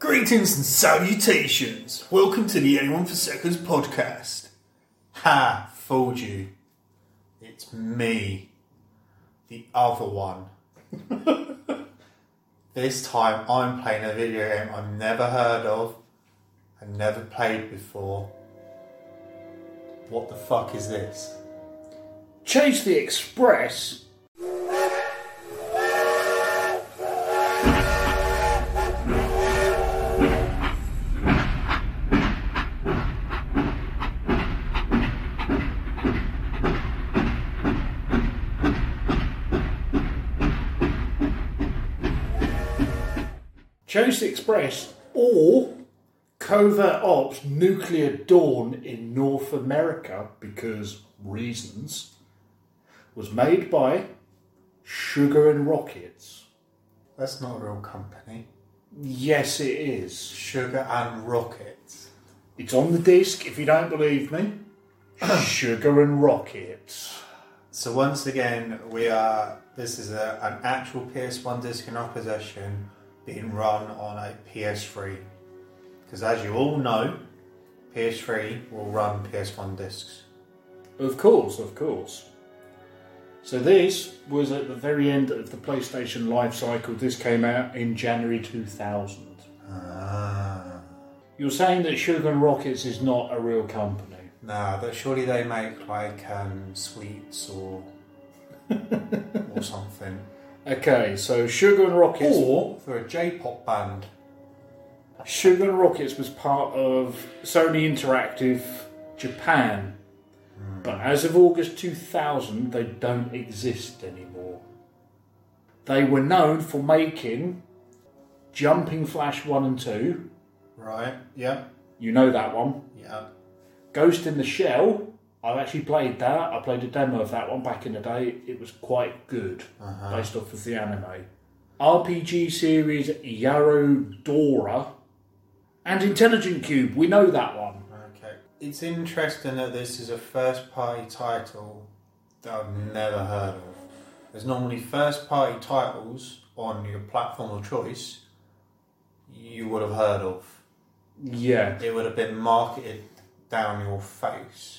Greetings and salutations. Welcome to the Anyone for Seconds podcast. Ha, fooled you. It's me, the other one. this time I'm playing a video game I've never heard of and never played before. What the fuck is this? Change the express. Change the express or covert ops nuclear dawn in North America because reasons was made by Sugar and Rockets. That's not a real company. Yes, it is. Sugar and Rockets. It's on the disc if you don't believe me. Sugar and Rockets. So once again, we are. This is a, an actual PS1 disc in our possession, being run on a PS3. Because as you all know, PS3 will run PS1 discs. Of course, of course. So this was at the very end of the PlayStation life cycle. This came out in January 2000. Ah, You're saying that Sugar and Rockets is not a real company. nah, but surely they make like um, sweets or or something, Okay, so Sugar and Rockets or for a J-pop band. Sugar and Rockets was part of Sony Interactive Japan, but as of August 2000, they don't exist anymore. They were known for making Jumping Flash 1 and 2, Right? Yeah. you know that one, Yeah. Ghost in the Shell. I've actually played that. I played a demo of that one back in the day. It was quite good, based off of the anime. RPG series Yarrow Dora and Intelligent Cube. We know that one. Okay. It's interesting that this is a first party title that I've never heard of. There's normally first party titles on your platform of choice you would have heard of. Yeah. It would have been marketed down your face.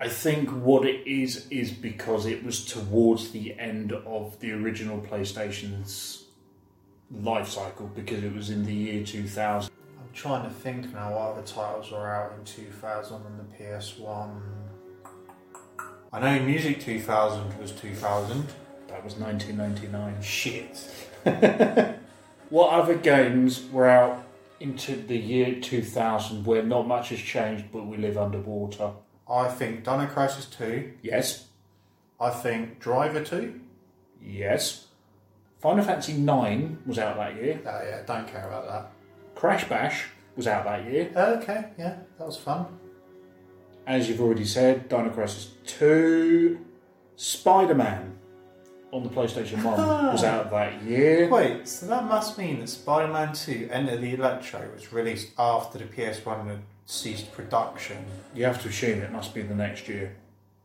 I think what it is is because it was towards the end of the original PlayStation's life cycle because it was in the year 2000. I'm trying to think now what other titles were out in 2000 on the PS1. I know Music 2000 was 2000. That was 1999. Shit. What other games were out into the year 2000 where not much has changed but we live underwater? I think Dino Crisis 2. Yes. I think Driver 2. Yes. Final Fantasy 9 was out that year. Oh yeah, don't care about Crash Bash was out that year. that. Okay, yeah, that was fun. As you've already said, Dino Crisis 2, Spider Man on the PlayStation 1 was out that year. Wait, so that must mean that Spider-Man 2: Enter the Electro was released after the PS1 had ceased production. You have to assume it must be the next year.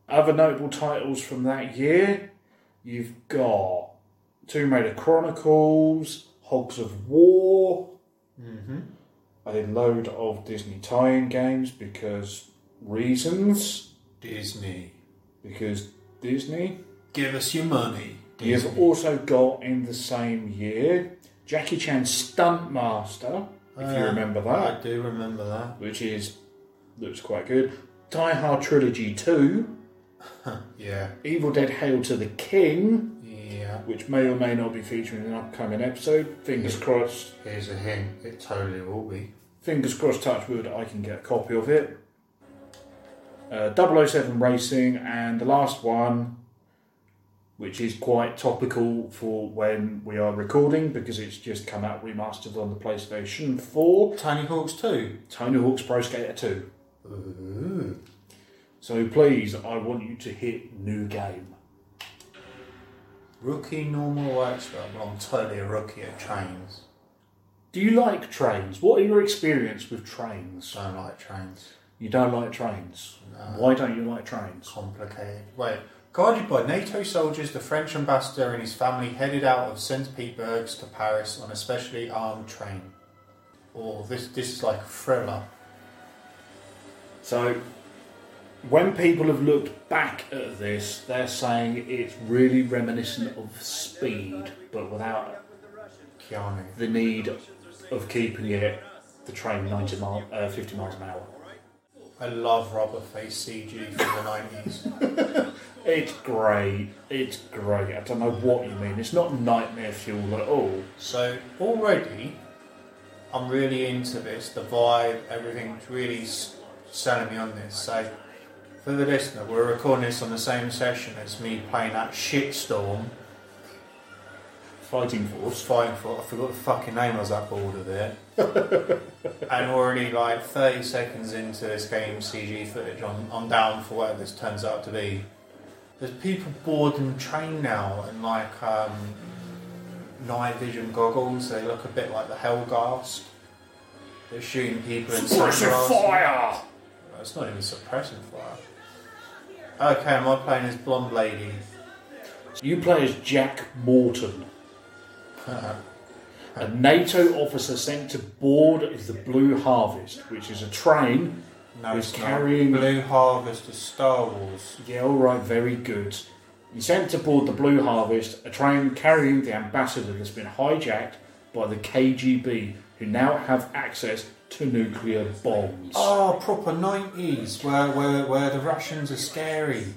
Other notable titles from that year, you've got Tomb Raider Chronicles, Hogs of War, a load of Disney tie-in games because reasons, Disney, because Disney. give us your money. You've also got in the same year Jackie Chan Stunt Master, if you remember that, I do remember that. which is looks quite good. Die Hard Trilogy 2, Yeah, Evil Dead Hail to the King, yeah. which may or may not be featuring in an upcoming episode. Fingers crossed. Here's a hint. It totally will be. Fingers crossed, touch wood, I can get a copy of it. Uh, 007 Racing, and the last one, which is quite topical for when we are recording because it's just come out remastered on the PlayStation 4 Tony Hawk's 2. Tony Hawk's Pro Skater 2. Ooh. So please, I want you to hit new game. Rookie normal or expert? Well, I'm totally a rookie at trains. Do you like trains? What are your experience with trains? Don't like trains. You don't like trains. Why don't you like trains? complicated. Wait, guarded by NATO soldiers, the French ambassador and his family headed out of St. Petersburg to Paris on a specially armed train. or this this is like a thriller. So, when people have looked back at this, they're saying it's really reminiscent of Speed, but without Keanu. the need of keeping it the train 90 mile, uh, 50 miles an hour. I love rubber face CG from the nineties. It's great. It's great. I don't know what you mean. It's not nightmare fuel at all. So already, I'm really into this. The vibe, everything's really s- selling me on this. So for the listener, we're recording this on the same session as me playing that shitstorm. Fighting was force. fighting for. I forgot the fucking name. I was that bored of it. and already like 30 seconds into this game, CG footage. I'm, I'm down for whatever this turns out to be. There's people bored in the train now, and like um, night vision goggles. They look a bit like the Hellgast. They're shooting people in Suppressive sunglasses. fire! It's not even suppressing fire. Okay, am I playing as blonde lady? You play as Jack Morton, a NATO officer sent to board the Blue Harvest, which is a train. no, Who's it's not. carrying- Blue Harvest of Star Wars. Yeah, all right, very good. You're sent to board the Blue Harvest, a train carrying the ambassador that's been hijacked by the KGB, who now have access to nuclear bombs. Oh, proper nineties, where, where where the Russians are scary.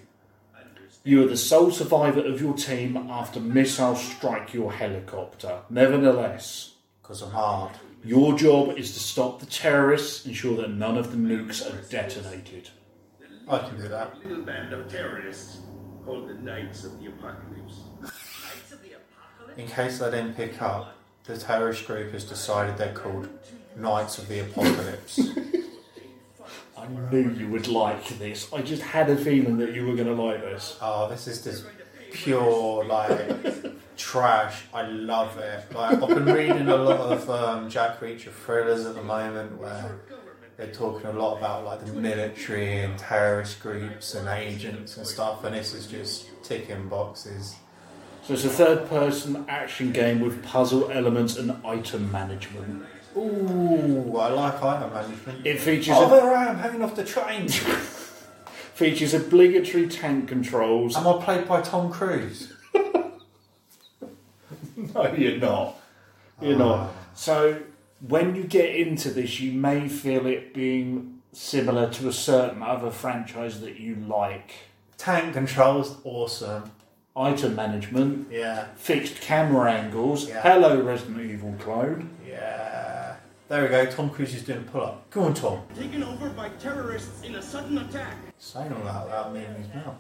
You are the sole survivor of your team after missiles strike your helicopter. Nevertheless, Because I'm hard. Your job is to stop the terrorists, ensure that none of the nukes are detonated. I can do that. little band of terrorists called the Knights of the Apocalypse. In case they didn't pick up, the terrorist group has decided they're called Knights of the Apocalypse. I knew you would like this. I just had a feeling that you were going to like this. oh, this is just pure like trash. I love it. Like I've been reading a lot of um, Jack Reacher thrillers at the moment where they're talking a lot about like the military and terrorist groups and agents and stuff, and this is just ticking boxes. So it's a third-person action game with puzzle elements and item management. Ooh, I like item management. It features oh, a, there I am, hanging off the train. features obligatory tank controls. am I played by Tom Cruise? No, you're not. You're not. So when you get into this, you may feel it being similar to a certain other franchise that you like. Tank controls, awesome. Item management Yeah, fixed camera angles. Yeah. Hello, Resident Evil clone. yeah. There we go. Tom Cruise is doing a pull up. Go on, Tom. Taken over by terrorists in a sudden attack. Saying all that without moving his mouth.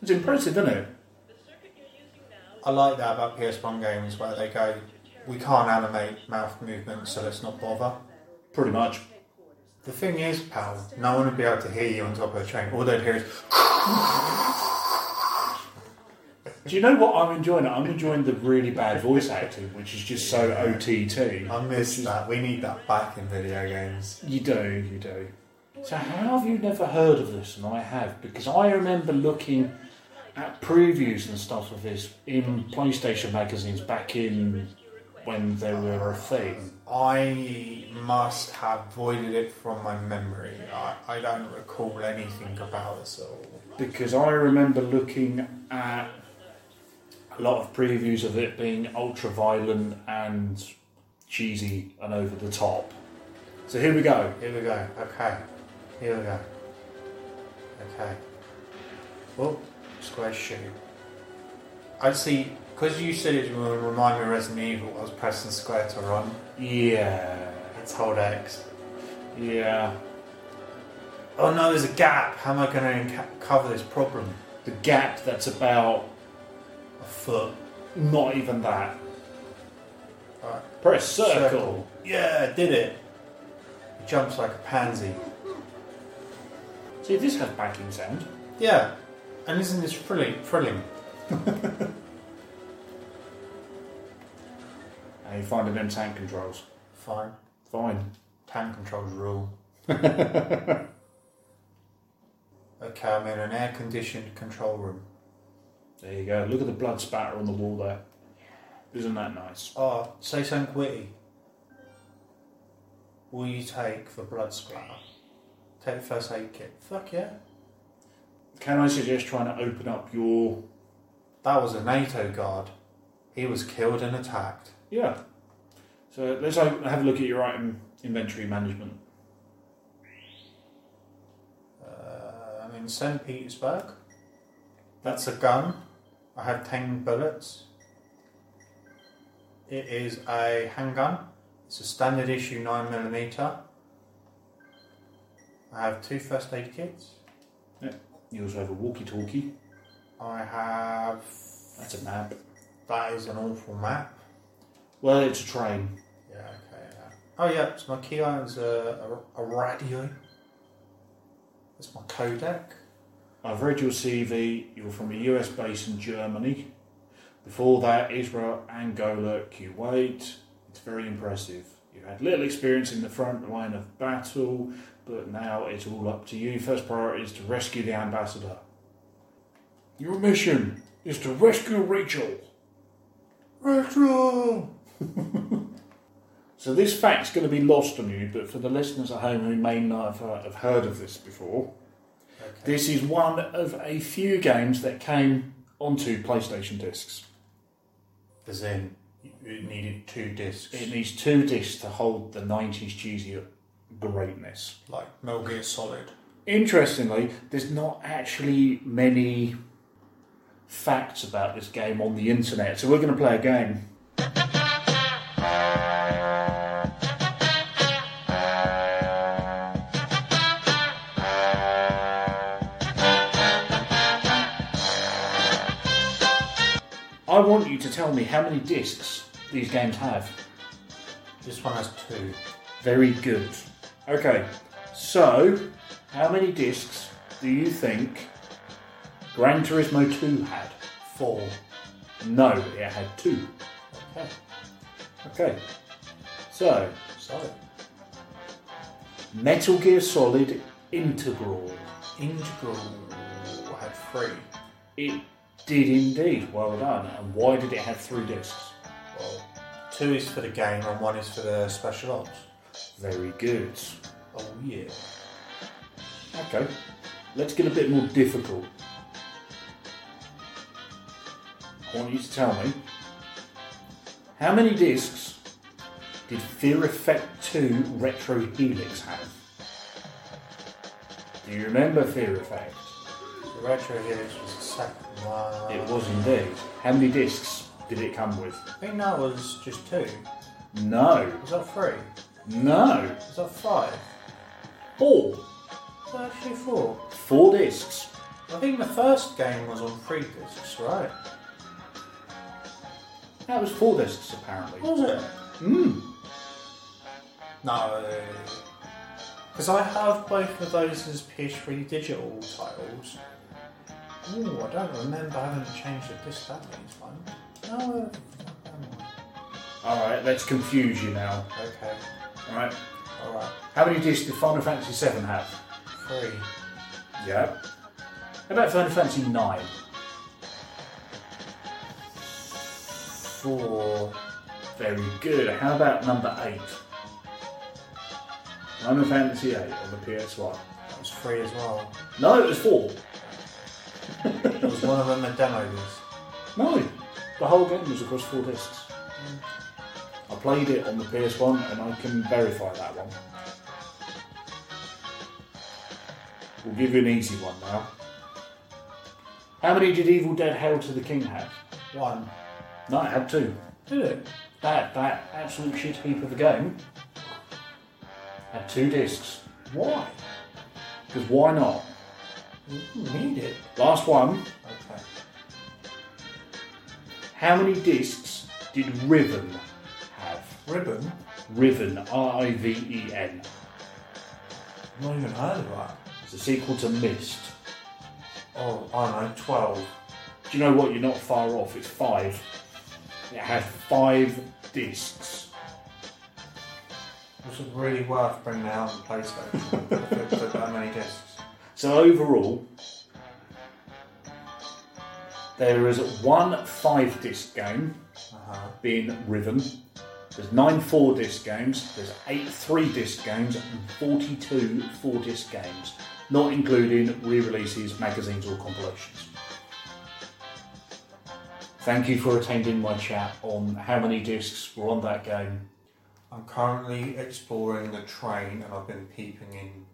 It's impressive, isn't it? The circuit you're using now I like that about PS1 games where they go, we can't animate mouth movements, so let's not bother. Pretty much. The thing is, pal, no one would be able to hear you on top of the train. All they'd hear is, Do you know what I'm enjoying? I'm enjoying the really bad voice acting, which is just so OTT. I miss that. We need that back in video games. You do, you do. So how have you never heard of this? And I have because I remember looking at previews and stuff of this in PlayStation magazines back in when they were a thing. I must have voided it from my memory. I, I don't recall anything about this at all. because I remember looking at a lot of previews of it being ultra violent and cheesy and over the top. So here we go. Here we go. Okay. Here we go. Okay. Oh, square shoe. I see. Because you said it would remind me of Resident Evil, I was pressing square to run. Yeah, Let's hold X. yeah. Oh no, there's a gap. How am I going to enca- cover this problem? The gap that's about A foot. not even that. Alright. Press circle. Yeah, did it. He jumps like a pansy. See, this has backing sound. Yeah, and isn't this thrilling? Thrilling. And you find it in tank controls. Fine. Fine. Tank controls rule. okay, I'm in an air-conditioned control room. There you go. Look at the blood spatter on the wall there. Ah, Isn't that nice? Oh, say something witty. Will you take the blood splatter? Take the first aid kit. Fuck yeah. Can I suggest trying to open up your. That was a NATO guard. He was killed and attacked. Yeah. So let's o- have a look at your item inventory management. Uh, I'm in St. Petersburg. That's a gun. I have 10 bullets. It is a handgun. It's a standard issue 9mm. I have two first aid kits. You also have a walkie talkie. I have. That's a map. That is an awful map. Well, it's a train. Yeah, okay. Yeah. Oh, yeah, so my key iron's a, a, a radio. That's my codec. I've read your CV. You're from a US base in Germany. Before that, Israel, Angola, Kuwait. It's very impressive. You had little experience in the front line of battle, but now it's all up to you. First priority is to rescue the ambassador. Your mission is to rescue Rachel. Retro! So this fact's going to be lost on you, but for the listeners at home who may not have have heard of this before, Okay. This is one of a few games that came onto PlayStation discs. As in, it needed two discs. It needs two discs to hold the 90s cheesy greatness. like Metal Gear Solid. Interestingly, there's not actually many facts about this game on the internet, so we're going to play a game. I want you to tell me how many discs these games have. This one has two. Very good. Okay, so how many discs do you think Gran Turismo 2 had? Four. No, it had two. Okay, Okay, so so Metal Gear Solid Integral. Integral had three. It did indeed, well done. And why did it have three discs? Well, two is for the game and one is for the special ops. Very good. Oh yeah. Okay, let's get a bit more difficult. I want you to tell me how many discs did Fear Effect 2 Retro Helix have? Do you remember Fear Effect? The retro helix was the second one. It was indeed. How many discs did it come with? I think that was just two. No, Was that three? no, Was that five? four. Was that actually four? Four discs. I think the first game was on three discs, right? That was four discs apparently. Was it? Hmm. No. Because I have both of those as PS3 digital titles. Ooh, I don't remember having to change the disc that many times. No. All right, let's confuse you now. Okay. All right. Alright. How many discs did Final Fantasy VII have? Three. Yeah. How about Final Fantasy IX? Four. Very good. How about number eight? Final Fantasy VIII on the PS1. That was three as well. No, it was four. It was one of them a demo disc. No, the whole game was across four discs. I played it on the PS1 and I can verify that one. We'll give you an easy one now. How many did Evil Dead Hail to the King have? One. No, it had two. Did it? That that absolute shit heap of a game had two discs. Why? Because why not? You didn't need it. Last one. Okay. How many discs did Riven have? Ribbon? Riven, R I V E N. Not even heard of that. It's a sequel to Mist. Oh, I know, 12. Do you know what? You're not far off. It's five. It had five discs. This is really worth bringing out on PlayStation. if it's that many discs. So overall, there is one five disc game Uh-huh. being Riven, There's nine four disc games, there's eight three disc games, and 42 four disc games, not including re releases, magazines, or compilations. Thank you for attending my chat on how many discs were on that game. I'm currently exploring the train and I've been peeping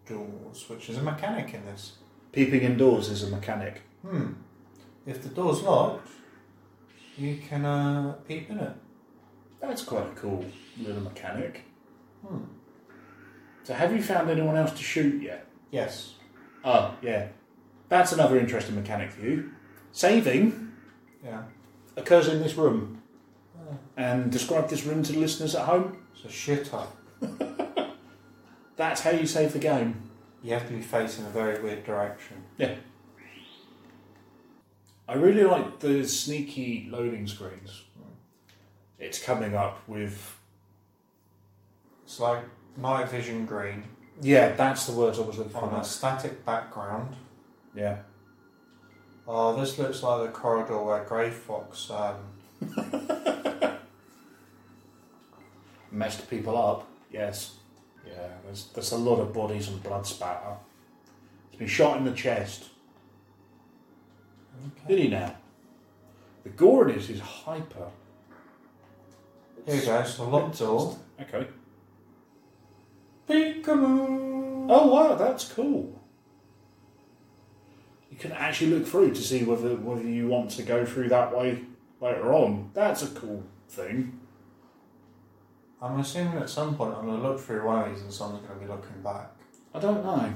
indoors, which is a mechanic in this. Peeping indoors is a mechanic. Hmm. If the door's locked, you can uh, peep in it. That's quite a cool little mechanic. Hmm. So, have you found anyone else to shoot yet? Yes. Oh, yeah. That's another interesting mechanic for you. Saving Yeah. occurs in this room. Hmm. And describe this room to the listeners at home. It's a shit up. That's how you save the game. You have to be facing a very weird direction. Yeah. I really like the sneaky loading screens. It's coming up with. It's like night vision green Yeah, that's the words I was looking on a for. static background. Yeah. Oh, this looks like the corridor where Grey Fox um, Messed people up. Yes. Yeah, there's, there's a lot of bodies and blood spatter. He's been shot in the chest. Did he now? The gore in it is hyper. Here we go, it's the locked door. Okay. Peekaboo! Oh wow, that's cool. You can actually look through to see whether whether you want to go through that way later on. That's a cool thing. I'm assuming at some point I'm going to look through one of these and someone's going to be looking back. I don't know.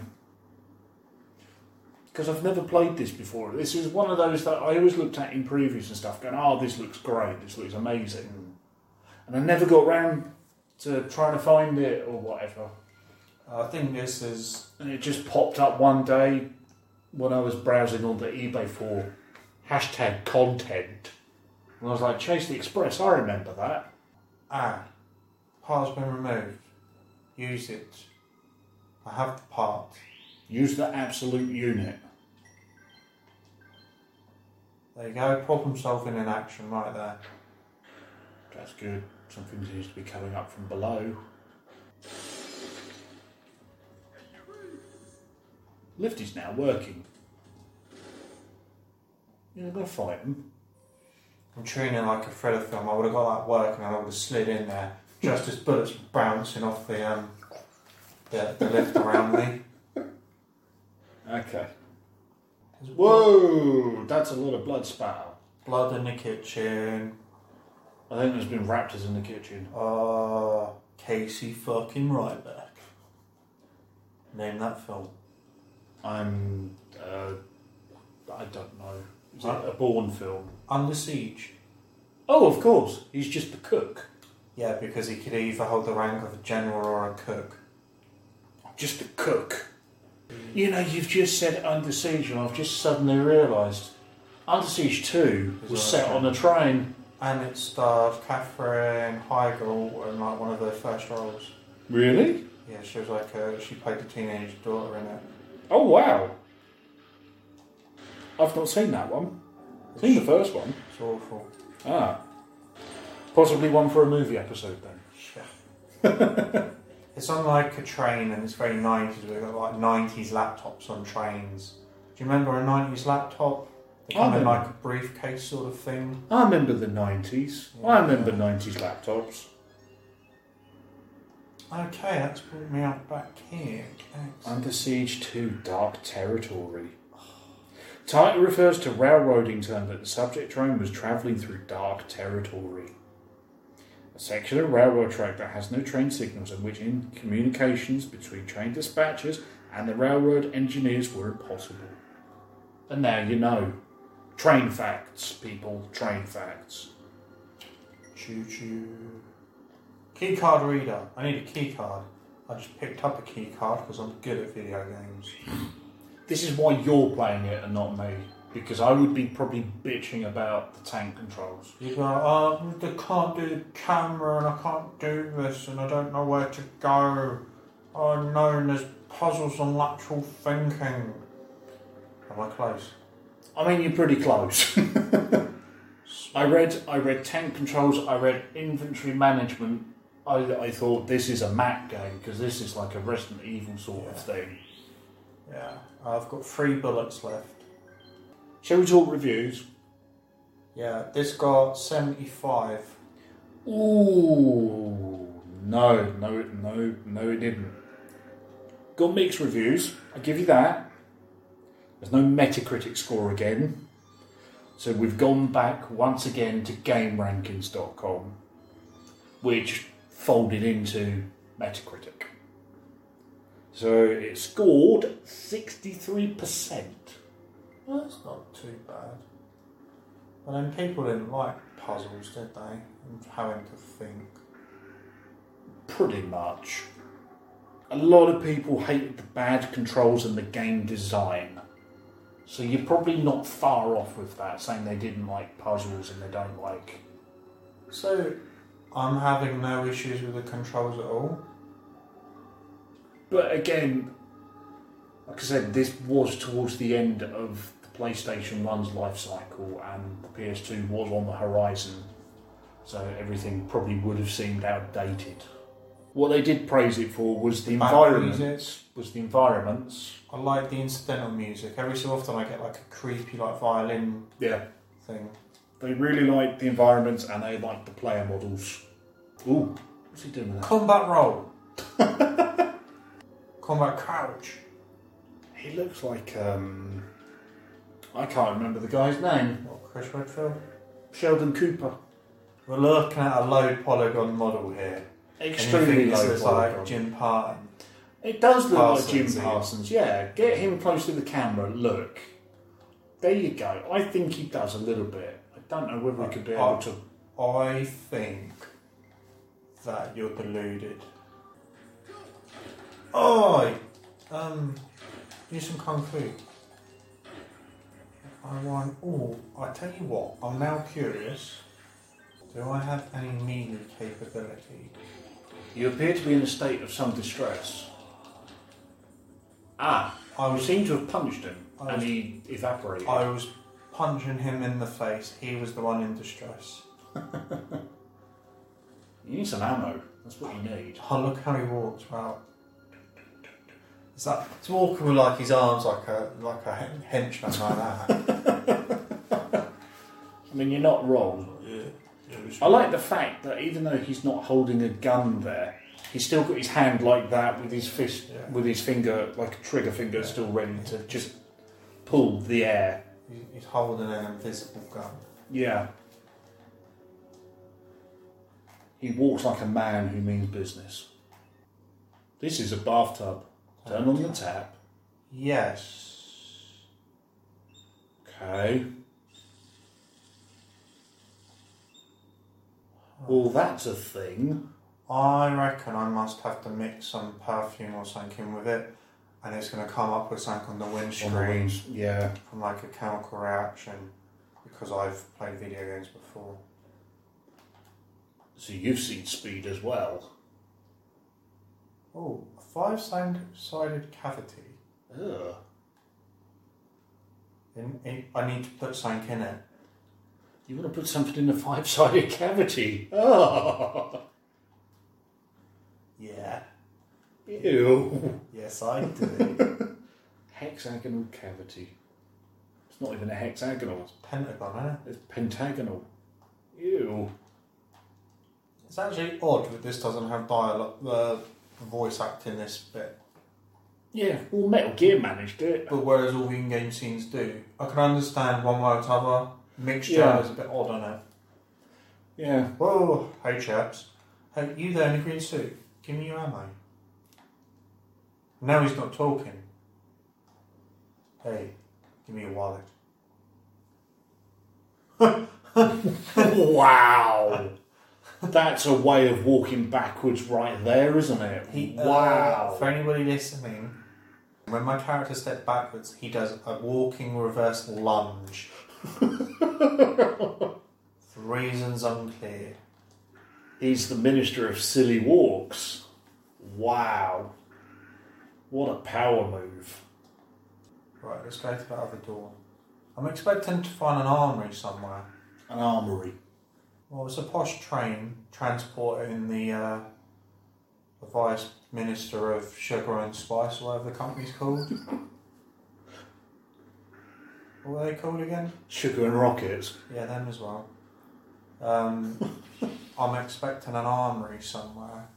Because I've never played this before. This is one of those that I always looked at in previews and stuff, going, oh, this looks great, this looks amazing. And I never got round to trying to find it or whatever. I think this is. and it just popped up one day when I was browsing on the eBay for hashtag content, and I was like, Chase the Express, I remember that. Ah, part's been removed. Use it. I have the part. Use the absolute unit. There you go, problem solving in action right there. That's good. Something seems to be coming up from below. Lift is now working. You're gonna fight him. I'm tuning in like a thriller film. I would have got that work and I would have slid in there just as bullets were bouncing off the um, the, the lift around me. Okay. Whoa! That's a lot of blood spatter. Blood in the kitchen. I think there's been raptors in the kitchen. Uh, Casey fucking Ryback. Name that film. I'm. Uh, I don't know. Is that a Bourne film? Under siege. Oh, of course. He's just the cook. Yeah, because he could either hold the rank of a general or a cook. Just the cook. You know, you've just said Under Siege, and I've just suddenly realised Under Siege 2 Is was on a set on a train. And it starred Catherine Heigl in like one of her first roles. Really? Yeah, she was like a, she played a teenage daughter in it. Oh, wow. I've not seen that one. Seen the first one. It's awful. Ah. Possibly one for a movie episode then. It's on like a train and it's very 90s. We've got like 90s laptops on trains. Do you remember a 90s laptop? They I come in remember. like a briefcase sort of thing. I remember the 90s. I remember 90s laptops. Okay, that's brought me out back here. Thanks. Under Siege 2 Dark Territory. Title refers to railroading term that the subject train was travelling through dark territory. A section of railroad track that has no train signals and which in communications between train dispatchers and the railroad engineers were impossible. And now you know. Train facts, people, train facts. Choo choo. Key card reader. I need a key card. I just picked up a key card because I'm good at video games. This is why you're playing it and not me, because I would be probably bitching about the tank controls. You go, oh, I can't do the camera and I can't do this and I don't know where to go. Oh no, and there's puzzles and lateral thinking. Am I close? I mean, you're pretty close. I I read I read tank controls. I read inventory management. I, I thought this is a map game because this is like a Resident Evil sort of thing. Yeah. I've got three bullets left. Shall we talk reviews? Yeah, this got 75. Ooh, no, no, no, no, it didn't. Got mixed reviews. I give you that. There's no Metacritic score again, so we've gone back once again to GameRankings.com, which folded into Metacritic. So it scored sixty-three percent. Well, that's not too bad. But then people didn't like puzzles, did they? And having to think. pretty much. A lot of people hated the bad controls and the game design. So you're probably not far off with that, saying they didn't like puzzles and they don't like. So, I'm having no issues with the controls at all. But again, like I said, this was towards the end of the PlayStation 1's life cycle and the PS2 was on the horizon. So everything probably would have seemed outdated. What they did praise it for was the Background environment. music. Was the environments. I like the incidental music. Every so often I get like a creepy like violin Yeah. thing. They really like the environments and they like the player models. Ooh, what's he doing with that? Combat roll. Combat crouch. He looks like um, I can't remember the guy's name. What, Chris Redfield? Sheldon Cooper. We're looking at a low polygon model here. And you Extremely think low this looks polygon. like Jim Parton. It does look like Parsons, Jim yeah. Parsons. Yeah, get him close to the camera. Look, there you go. I think he does a little bit. I don't know whether he could be able Oh. to. I think that you're deluded. Oi! Um, do some kung fu. I want. Oh, I tell you what, I'm now curious. Do I have any melee capability? You appear to be in a state of some distress. Ah, I you was, seem to have punched him, I and was- he evaporated. I was punching him in the face. He was the one in distress. You need some ammo. That's what you need. Oh, look how he walks. Wow. It's like it's walking with like his arms like a like a hen- henchman like that. I mean, you're not wrong. Yeah. I like the fact that even though he's not holding a gun there, he's still got his hand like that with his fist, Yeah. with his finger, like a trigger finger, still ready to just pull the air. He- He's holding an invisible gun. Yeah. He walks like a man who means business. This is a bathtub. Turn on the tap. Yes. Okay. Well, that's a thing. I reckon I must have to mix some perfume or something with it, and it's going to come up with something on the windscreen On the wings. Yeah. from like a chemical reaction because I've played video games before. So you've seen speed as well. Oh, a five sided cavity. Ugh. In, in, I need to put something in it. You want to put something in a five sided cavity. Oh. Yeah. Ew. Yes, I do. Hexagonal cavity. It's not even a hexagonal, Pentagon, eh? it's pentagonal. Ew. It's actually odd that this doesn't have dialogue, uh, voice acting this bit. Yeah, well, Metal Gear managed it. But whereas all the in-game scenes do, I can understand one way or the other. Mixture Yeah. is a bit odd on it. Yeah. Whoa, hey chaps, hey you there in the green suit? Give me your ammo. Now he's not talking. Hey, give me your wallet. wow. That's a way of walking backwards right there, isn't it? He, uh, wow. for anybody listening, when my character steps backwards, he does a walking reverse lunge. for reasons unclear. He's the minister of silly walks. Wow. What a power move. Right, let's go to that other door. I'm expecting to find an armory somewhere. an armory. Well, it's a posh train transporting the, uh, the Vice Minister of Sugar and Spice, or whatever the company's called. what were they called again? Sugar and rockets. Yeah, them as well. Um, I'm expecting an armory somewhere.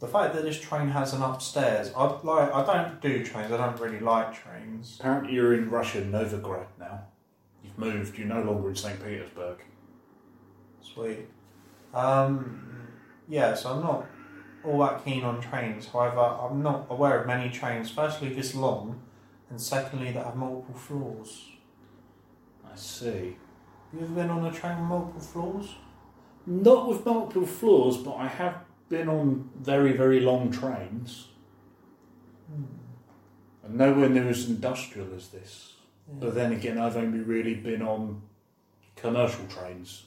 The fact that this train has an upstairs, I like. I don't do trains. I don't really like trains. Apparently, you're in Russia, Novigrad now. You've moved. You're no longer in St. Petersburg. Sweet. Um, yeah, so I'm not all that keen on trains. However, I'm not aware of many trains. Firstly, this long, and secondly, that have multiple floors. I see. You ever been on a train with multiple floors? Not with multiple floors, but I have been on very, very long trains. Hmm. And nowhere near as industrial as this. But then again, I've only really been on commercial trains.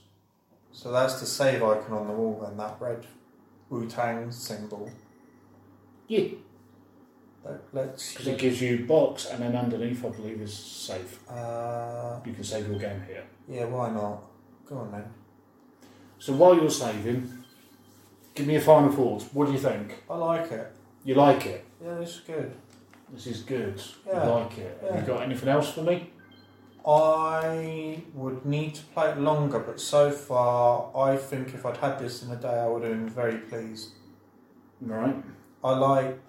So that's the save icon on the wall, then that red Wu Tang symbol. Yeah. Let, let's. Because it gives you box, and then underneath, I believe, is save. Uh, You can save your game here. yeah, why not? Go on then. So while you're saving, give me a final thought. What do you think? I like it. You like it? Yeah, this is good. This is good. Yeah. You like it. Have Yeah. you got anything else for me? I would need to play it longer, but so far, I think if I'd had this in a day, I would have been very pleased. Right. I like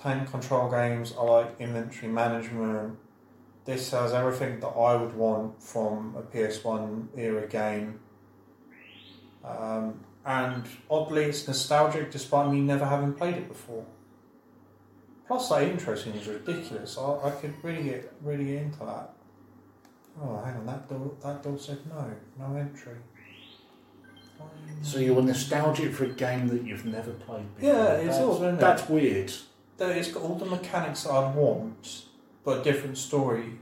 tank control games, I like inventory management. This has everything that I would want from a PS1 era game. Um, and oddly, it's nostalgic despite me never having played it before. Plus, that intro scene is ridiculous. I, I could really get really get into that. Oh, hang on, that door that door said no, no entry. Why are you- So you were nostalgic for a game that you've never played before. Yeah, it's that's, awesome, isn't it? That's weird. that it's got all the mechanics that I'd want, but a different story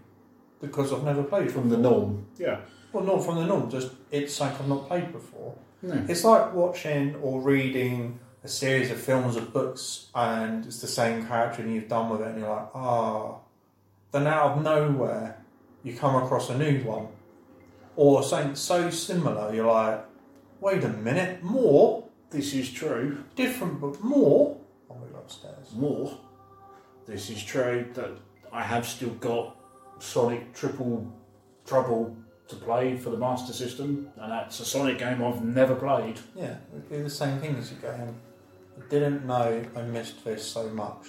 because I've never played From from. the norm. Yeah. Well, not from the norm. Just it's something I've not played before. No. It's like watching or reading a series of films or books, and it's the same character, and you've done with it, and you're like, ah. Then out of nowhere, you come across a new one, or something so similar. You're like, wait a minute, more This is true. different, but more. I'll move upstairs. More. This is true. That I have still got Sonic Triple Trouble to play for the Master System, and that's a Sonic game I've never played. Yeah, it'd be the same thing as you go in. I didn't know I missed this so much.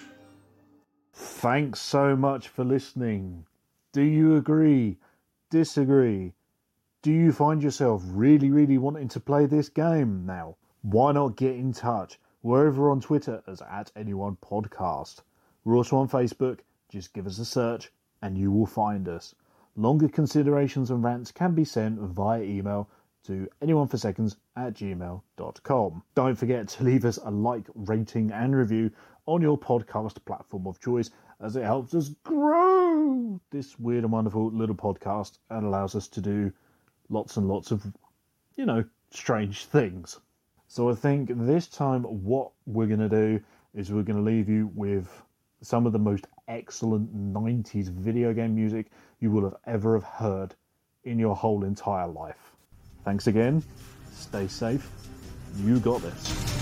Thanks so much for listening. Do you agree? Disagree? Do you find yourself really, really wanting to play this game now? Why not get in touch? We're over on Twitter as at anyone podcast. We're also on Facebook. Just give us a search and you will find us. Longer considerations and rants can be sent via email to anyoneforseconds at gmail.com. Don't forget to leave us a like, rating, and review on your podcast platform of choice as it helps us grow this weird and wonderful little podcast and allows us to do lots and lots of, you know, strange things. So I think this time what we're going to do is we're going to leave you with some of the most excellent 90s video game music you will have ever have heard in your whole entire life. Thanks again. Stay safe. You got this.